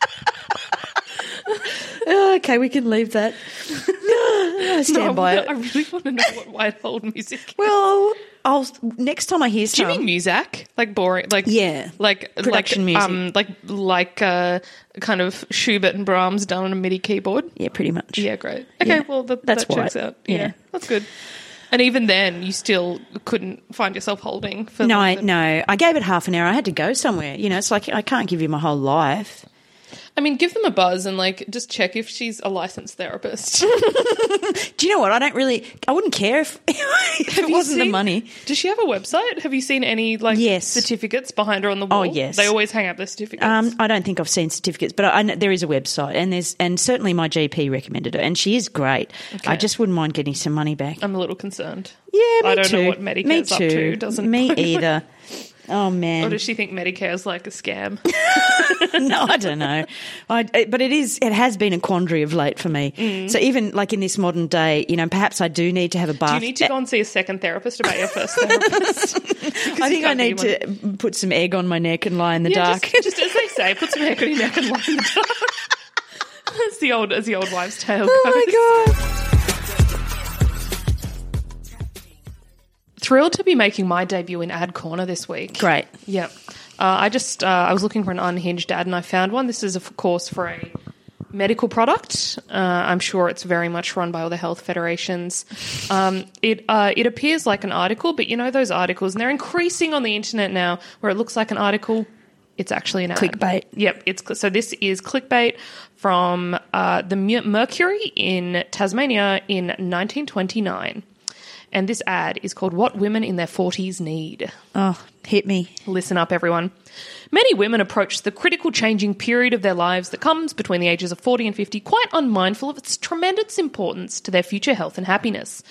A: okay, we can leave that. I stand
B: No,
A: by
B: I
A: it.
B: really want to know what White Hole music. is.
A: Well, I'll next time I hear
B: Do
A: some.
B: you mean music? Like boring, like
A: Yeah.
B: like
A: Production music.
B: like, um, like like uh, kind of Schubert and Brahms done on a MIDI keyboard.
A: yeah, pretty much.
B: Yeah, great. Okay,
A: Yeah.
B: well that,
A: That's
B: that checks
A: white.
B: out. Yeah.
A: Yeah.
B: that's good. And even then, you still couldn't find yourself holding for
A: No, I,
B: longer than-
A: no. I gave it half an hour. I had to go somewhere. You know, it's like I can't give you my whole life.
B: I mean, give them a buzz and like just check if she's a licensed therapist.
A: Do you know what? I don't really. I wouldn't care if, if
B: Have
A: it
B: you
A: wasn't the
B: seen-
A: money.
B: Does she have a website? Have you seen any like
A: Yes. Oh,
B: certificates behind her on the wall?
A: yes.
B: they always hang up their certificates.
A: Um, I don't think I've seen certificates, but I, I know there is a website, and there's and certainly my GP recommended her, and she is great. I just wouldn't mind getting some money back.
B: I'm a little concerned.
A: yeah, me
B: I don't
A: too.
B: know what Medicare's
A: me
B: up to, doesn't-
A: me either. Oh man,
B: Or does she think Medicare is like a scam?
A: no, I don't know. I, it- but it is, it has been a quandary of late for me. So even like in this modern day, you know, perhaps I do need to have a bath.
B: Mm. Do you need to go and see a second therapist about your first therapist?
A: I think I need to put some egg on my neck and lie in the dark.
B: Just, just as they say, put some equity neck and lie in the dark. That's the old, as the old wives' tale. goes.
A: oh my god.
B: Thrilled to be making my debut in Ad Corner this week.
A: Great.
B: Yep. Uh, I just uh, I was looking for an unhinged ad and I found one. This is of course for a medical product. Uh, I'm sure it's very much run by all the health federations. Um, it uh, it appears like an article, but you know those articles, and they're increasing on the internet now, where it looks like an article. It's actually an ad.
A: Clickbait.
B: Yep. It's cl- so this is clickbait from uh, the Mer- Mercury in Tasmania in 1929. And this ad is called What Women in Their 40s Need.
A: Oh, hit me.
B: Listen up, everyone. Many women approach the critical changing period of their lives that comes between the ages of 40 and 50 quite unmindful of its tremendous importance to their future health and happiness.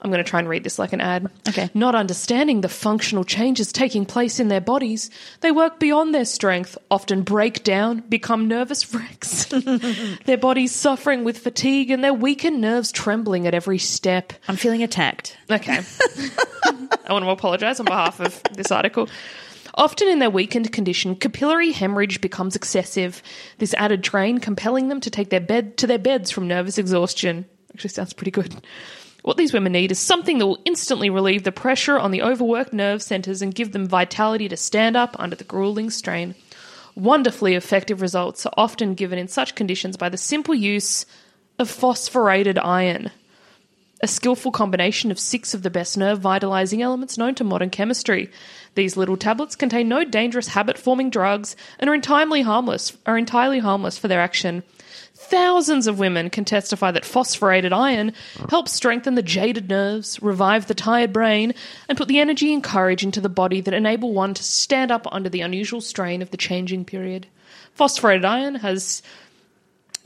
B: I'm going to try and read this like an ad.
A: Okay.
B: Not understanding the functional changes taking place in their bodies, they work beyond their strength, often break down, become nervous wrecks. their bodies suffering with fatigue and their weakened nerves trembling at every step.
A: I'm feeling attacked.
B: Okay. I want to apologize on behalf of this article. Often in their weakened condition, capillary hemorrhage becomes excessive, this added drain compelling them to take their bed to their beds from nervous exhaustion. Actually sounds pretty good. What these women need is something that will instantly relieve the pressure on the overworked nerve centers and give them vitality to stand up under the grueling strain. Wonderfully effective results are often given in such conditions by the simple use of phosphorated iron a skillful combination of six of the best nerve vitalizing elements known to modern chemistry. These little tablets contain no dangerous habit forming drugs and are entirely harmless are entirely harmless for their action. Thousands of women can testify that phosphorated iron helps strengthen the jaded nerves, revive the tired brain, and put the energy and courage into the body that enable one to stand up under the unusual strain of the changing period. Phosphorated iron has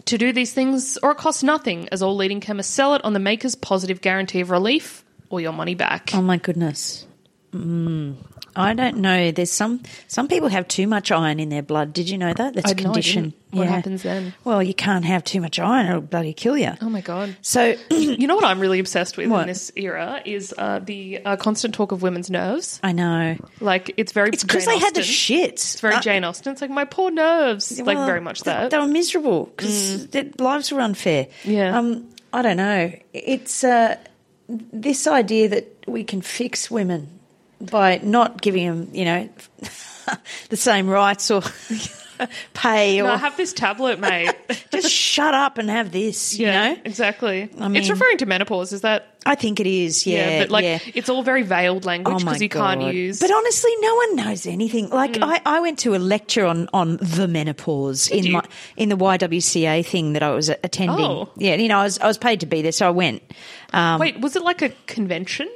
B: to do these things, or it costs nothing, as all leading chemists sell it on the maker's positive guarantee of relief or your money back.
A: Oh my goodness. Mm. I don't know. There's some some people have too much iron in their blood. Did you know that? That's
B: I-
A: a
B: no, I
A: condition.
B: didn't. What happens then?
A: Well, you can't have too much iron; it'll bloody kill you.
B: Oh my god!
A: So,
B: You know what I'm really obsessed with
A: What?
B: in this era is uh, the uh, constant talk of women's nerves.
A: I know
B: Like it's very
A: it's because
B: Jane
A: they had the
B: Austen.
A: shits. Uh,
B: It's very Jane Austen. It's like my poor nerves. like very much that. Mm.
A: They, were miserable because their lives were unfair.
B: Yeah.
A: Um, I don't know. It's uh, this idea that we can fix women by not giving them, you know, the same rights or pay or
B: No, I have this tablet, mate.
A: just shut up and have this, you know?
B: exactly.
A: mean-
B: it's referring to menopause. Is that
A: I think it is, yeah.
B: yeah? but like,
A: yeah. Oh
B: it's all very veiled language because you can't use. Mm.
A: But honestly, no one knows anything. Like I, I went to a lecture on, on the menopause in
B: you?
A: my in the YWCA thing that I was attending.
B: Oh.
A: Yeah, you know, I was I was paid to be there, so I went. um,
B: Wait, was it like a convention?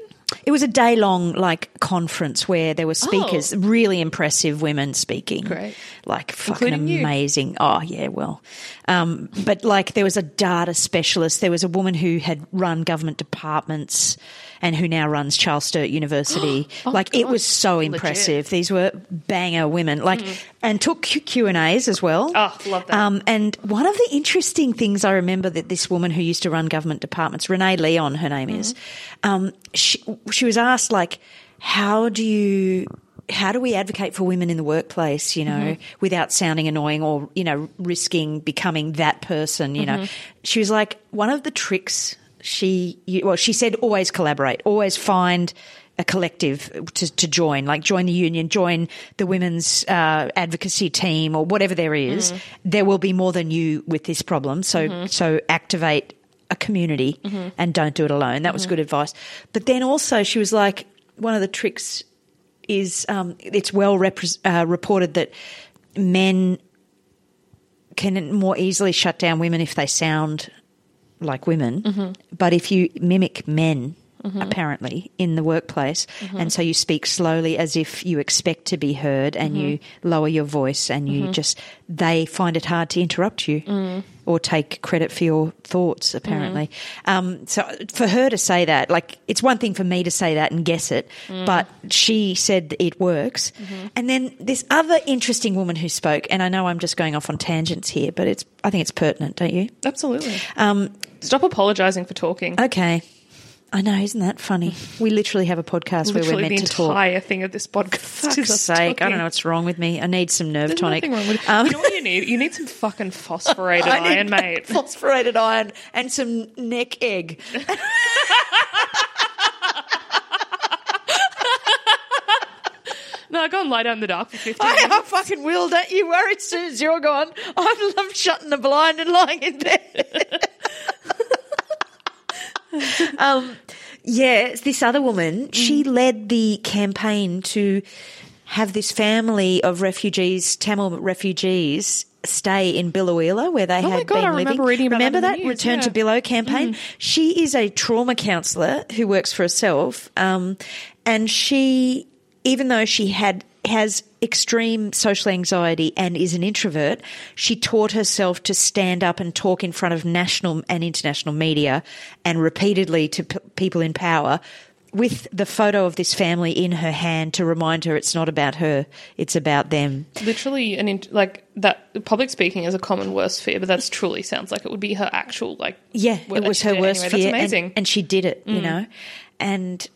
A: It was a day long like conference where there were speakers,
B: Oh.
A: really impressive women speaking.
B: Great.
A: Like fucking
B: Including you.
A: amazing. Oh yeah, well. Um, but like there was a data specialist, there was a woman who had run government departments and who now runs Charles Sturt University.
B: Oh,
A: like it was so impressive. These were banger women. Like and took Q- Q&As as well.
B: Mm. Oh, love that.
A: Um, and one of the interesting things I remember that this woman who used to run
B: Mm-hmm.
A: government departments, Renee Leon, her name is, um, she, she was asked like, how do you how do we advocate for women in the workplace, you know,
B: Mm-hmm.
A: without sounding annoying or, you know, risking becoming that person, you know?
B: Mm-hmm.
A: She was like, one of the tricks she, you- well, she said always collaborate, always find a collective to, to join, like join the union, join the women's uh, advocacy team or whatever there is. There will be more than you with this problem. So, so activate a community and don't do it alone. That was good advice. But then also she was like, one of the tricks is um, it's well repres uh, reported that men can more easily shut down women if they sound like women, but if you mimic men. Apparently, in the workplace, and so you speak slowly as if you expect to be heard, and you lower your voice, and you just they find it hard to interrupt you or take credit for your thoughts. Apparently, um, so for her to say that, like it's one thing for me to say that and guess it, but she said it works. And then this other interesting woman who spoke, and I know I'm just going off on tangents here, but it's I think it's pertinent, don't you?
B: Absolutely.
A: Um,
B: Stop apologizing for talking.
A: Okay. I know, isn't that funny? We literally have a podcast where we're
B: Literally, the
A: meant to talk.
B: entire thing of this podcast
A: For
B: is us
A: sake, I
B: talking.
A: don't know what's wrong with me. I need some nerve
B: There's
A: tonic.
B: nothing wrong with it.
A: Um,
B: you know what you need? You need some fucking phosphorated
A: I need
B: iron, mate.
A: phosphorated iron and some neck egg.
B: No, go and lie down in the dark for 15
A: I, I fucking will. Don't you worry. As soon as you're gone, I love shutting the blind and lying in bed. um, yeah, it's this other woman. She led the campaign to have this family of refugees, Tamil refugees, stay in Biloela where they
B: my
A: had
B: God,
A: been
B: I remember
A: living.
B: reading about that
A: remember
B: in the
A: that
B: news,
A: return to
B: yeah.
A: Billow campaign? She is a trauma counsellor who works for herself, um, and she, even though she had has extreme social anxiety and is an introvert, she taught herself to stand up and talk in front of national and international media, and repeatedly to p- people in power. With the photo of this family in her hand to remind her it's not about her, it's about them.
B: literally an in- like that public speaking is a common worst fear but that's truly sounds like it would be her actual like
A: Yeah,
B: wor-
A: it was
B: she
A: her
B: did
A: worst
B: anyway.
A: fear,
B: that's
A: and-
B: amazing Mm.
A: And, she did it, you know. And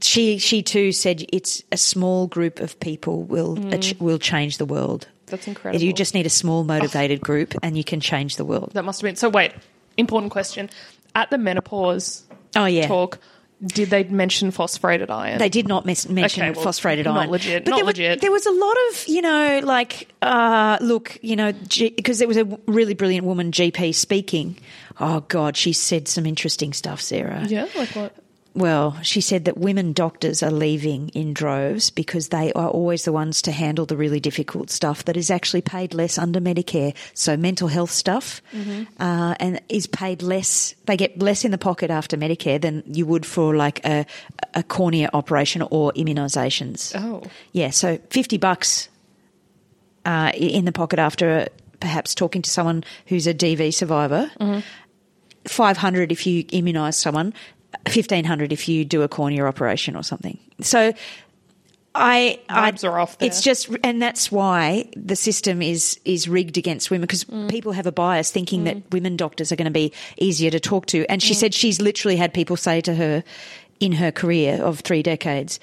A: she she too said it's a small group of people will ach- will change the world.
B: Mm. that's incredible
A: You just need a small motivated group, and you can change the world.
B: that must have been so wait important question at the menopause
A: Oh yeah.
B: talk did they mention phosphorated iron
A: They did not mes- mention
B: Okay, well,
A: phosphorated
B: not
A: iron.
B: legit,
A: But
B: not
A: there was,
B: legit.
A: There was a lot of, you know, like, uh, look, you know, because there was a w- really brilliant woman GP speaking. Oh God, she said some interesting stuff, Sarah.
B: yeah like what
A: Well, she said that women doctors are leaving in droves because they are always the ones to handle the really difficult stuff that is actually paid less under Medicare. So mental health stuff uh, and is paid less. They get less in the pocket after Medicare than you would for like a, a cornea operation or immunisations.
B: oh
A: Yeah, so 50 bucks uh, i- in the pocket after uh, perhaps talking to someone who's a DV survivor, 500 if you immunise someone, 1500 if you do a cornea operation or something. So I, I
B: Vibes are off there.
A: It's just, and that's why the system is is rigged against women because people have a bias thinking that women doctors are going to be easier to talk to.
B: Mm.
A: And she said she's literally had people say to her in her career of three decades.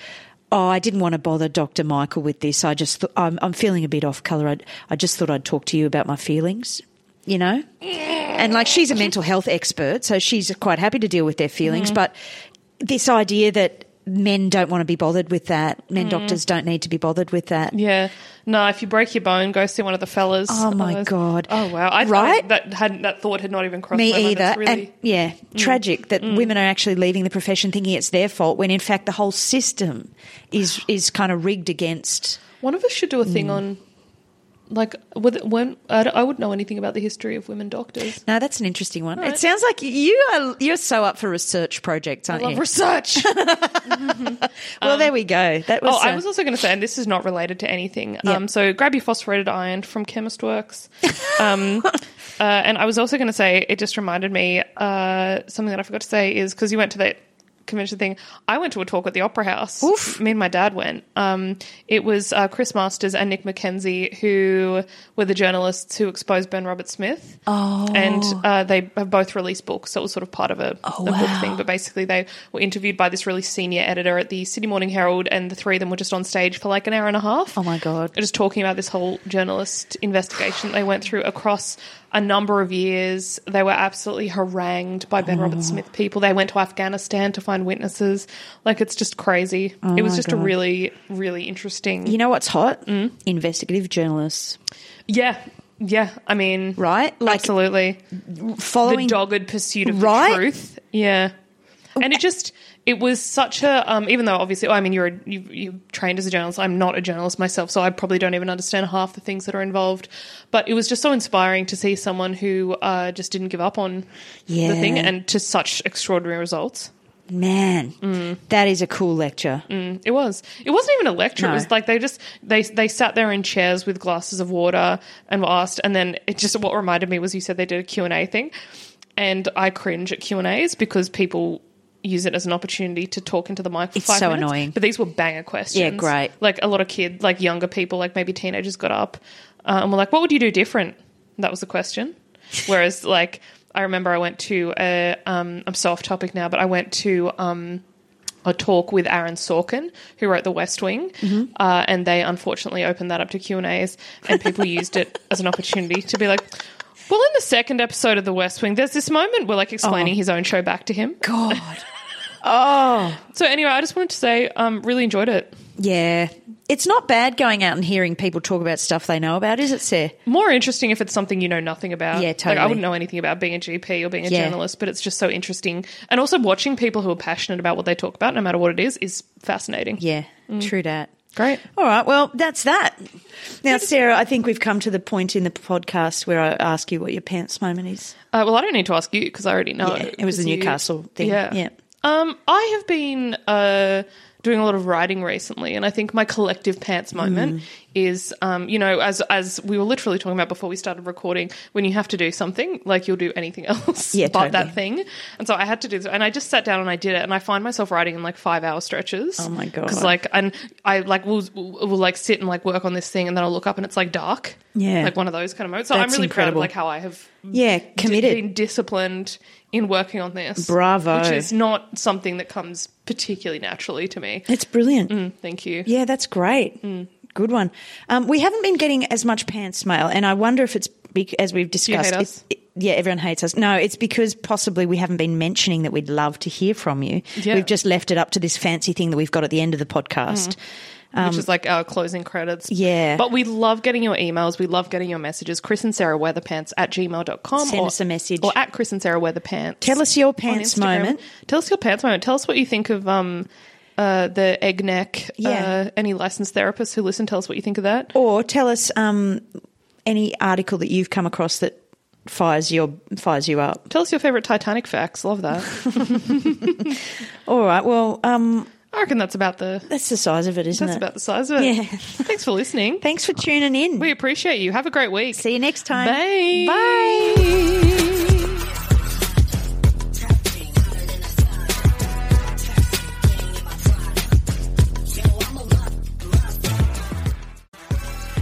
A: Oh, I didn't want to bother Dr. Michael with this. I just, th- I'm, I'm feeling a bit off color. I'd, I just thought I'd talk to you about my feelings, you know? And like she's a mental health expert, so she's quite happy to deal with their
B: Mm-hmm.
A: feelings. But this idea that men don't want to be bothered with that, men doctors don't need to be bothered with that.
B: Mm. yeah no if you break your bone go see one of the fellas
A: Oh, my
B: Otherwise-
A: God.
B: oh wow I,
A: Right?
B: I, that hadn't that thought had not even crossed
A: Me
B: my mind.
A: either.
B: That's really Mm.
A: And yeah, tragic that women are actually leaving the profession thinking it's their fault when in fact the whole system is is kind of rigged against.
B: One of us should do a
A: Mm.
B: thing on, like, with, when I, d- I would know anything about the history of women doctors.
A: No, that's an interesting one.
B: Right.
A: It sounds like you are you're so up for research projects,
B: I
A: aren't
B: love
A: you?
B: research. oh,
A: well, there we go. That was,
B: I
A: uh,
B: was also going to say, and this is not related to anything.
A: Yeah.
B: Um, so grab your phosphorated iron from Chemist Works. um, uh, and I was also going to say, it just reminded me uh, something that I forgot to say is because you went to that convention thing. I went to a talk at the Opera House. Me and my dad went. Um, it was uh, Chris Masters and Nick McKenzie who were the journalists who exposed Ben Robert Smith. Oh, and uh, they have both released books, so it was sort of part of a,
A: Oh,
B: a book thing. But basically, they were interviewed by this really senior editor at the City Morning Herald, and the three of them were just on stage for like an hour and a half.
A: Oh my God.
B: Just talking about this whole journalist investigation they went through across a number of years. They were absolutely harangued by Ben
A: Oh.
B: Robert Smith people. They went to Afghanistan to find witnesses. Like it's just crazy.
A: Oh,
B: it was just a really, really interesting.
A: You know what's hot?
B: Mm.
A: Investigative journalists,
B: yeah, yeah. I mean,
A: right? Like
B: absolutely. the
A: following
B: dogged pursuit of
A: Right?
B: the truth. Yeah, and it just it was such a um, even though obviously I mean you're a, you you trained as a journalist. I'm not a journalist myself, so I probably don't even understand half the things that are involved. But it was just so inspiring to see someone who uh, just didn't give up on
A: Yeah.
B: the thing and to such extraordinary results.
A: man, that is a cool lecture.
B: It was. It wasn't even a lecture.
A: No.
B: It was like they just they they sat there in chairs with glasses of water and were asked. And then it just what reminded me was you said they did a Q and A thing, and I cringe at Q and As because people use it as an opportunity to talk into the mic. For
A: It's
B: five
A: so
B: minutes.
A: annoying.
B: But these were banger questions.
A: Yeah, great.
B: Like a lot of kid, like younger people, like maybe teenagers, got up uh, and were like, "What would you do different?" That was the question. Whereas, like, I remember I went to a. Um, I'm so off topic now, but I went to. Um, a talk with Aaron Sorkin, who wrote The West Wing,
A: Mm-hmm.
B: uh, and they unfortunately opened that up to Q and A's, and people used it as an opportunity to be like, "Well, in the second episode of The West Wing, there's this moment where like explaining
A: Oh.
B: his own show back to him."
A: God. oh,
B: So anyway, I just wanted to say, um, really enjoyed it.
A: yeah. It's not bad going out and hearing people talk about stuff they know about, is it, Sarah?
B: More interesting if it's something you know nothing about.
A: Yeah,
B: Like,
A: totally.
B: I wouldn't know anything about being a GP or being a
A: Yeah.
B: journalist, but it's just so interesting. And also watching people who are passionate about what they talk about, no matter what it is, is fascinating.
A: Yeah, true that.
B: Great.
A: All right, well, that's that. Now, Sarah, I think we've come to the point in the podcast where I ask you what your pants moment is.
B: Uh, well, I don't need to ask you because I already know.
A: Yeah, it was the
B: 'cause you-
A: Newcastle thing.
B: Yeah.
A: Yeah.
B: Um, I have been uh, doing a lot of writing recently, and I think my collective pants
A: Mm.
B: moment is, um, you know, as as we were literally talking about before we started recording, when you have to do something, like you'll do anything else
A: Yeah,
B: but
A: totally.
B: that thing. And so I had to do this, and I just sat down and I did it, and I find myself writing in like five hour stretches.
A: Oh my God.
B: Because like, and I like will will like sit and like work on this thing, and then I'll look up and it's like dark.
A: Yeah.
B: like one of those kind of moments. So I'm
A: That's
B: really proud
A: incredible.
B: of like how I have
A: Yeah, committed.
B: been disciplined in working on this.
A: Bravo.
B: Which is not something that comes particularly naturally to me. Hmm,
A: It's brilliant.
B: Thank you.
A: Yeah, that's great.
B: Mm.
A: Good one. Um, we haven't been getting as much pants mail, and I wonder if it's bec- as we've discussed.
B: hate
A: it's-
B: us?
A: it- yeah, everyone hates us. No, it's because possibly we haven't been mentioning that we'd love to hear from you.
B: Yeah.
A: We've just left it up to this fancy thing that we've got at the end of the
B: Mm.
A: podcast.
B: which is like our closing credits.
A: Um, Yeah.
B: But we love getting your emails. We love getting your messages. Chris and Sarah Weatherpants at gmail.com.
A: Send
B: or,
A: us a message.
B: Or at Chris and Sarah Weatherpants.
A: Tell us your
B: on
A: pants
B: Instagram.
A: moment.
B: Tell us your pants moment. Tell us what you think of um, uh, the egg neck.
A: Yeah.
B: Uh, any licensed therapists who listen, tell us what you think of that.
A: or tell us um, any article that you've come across that fires your fires you up.
B: Tell us your favorite Titanic facts. Love that.
A: All right. Well, um,
B: I reckon that's about the
A: that's the size of it, isn't
B: that's
A: it?
B: about the size of it.
A: Yeah.
B: Thanks for listening.
A: Thanks for tuning in.
B: We appreciate you. Have a great week.
A: See you next time.
B: Bye.
A: Bye.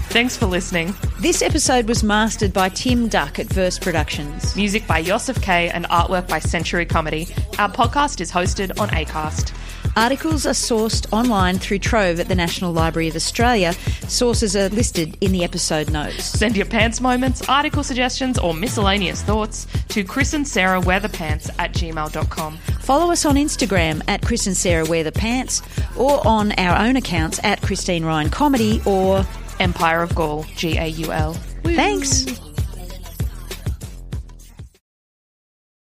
B: Thanks for listening.
A: This episode was mastered by Tim Duck at Verse Productions.
B: Music by Yosef K and artwork by Century Comedy. Our podcast is hosted on Acast.
A: Articles are sourced online through Trove at the National Library of Australia. Sources are listed in the episode notes.
B: Send your pants moments, article suggestions, or miscellaneous thoughts to Chris and Sarah Wear the Pants at gmail.com.
A: Follow us on Instagram at Chris and Sarah Wear the Pants or on our own accounts at Christine Ryan Comedy or
B: Empire of Gaul, G A U L.
A: Thanks.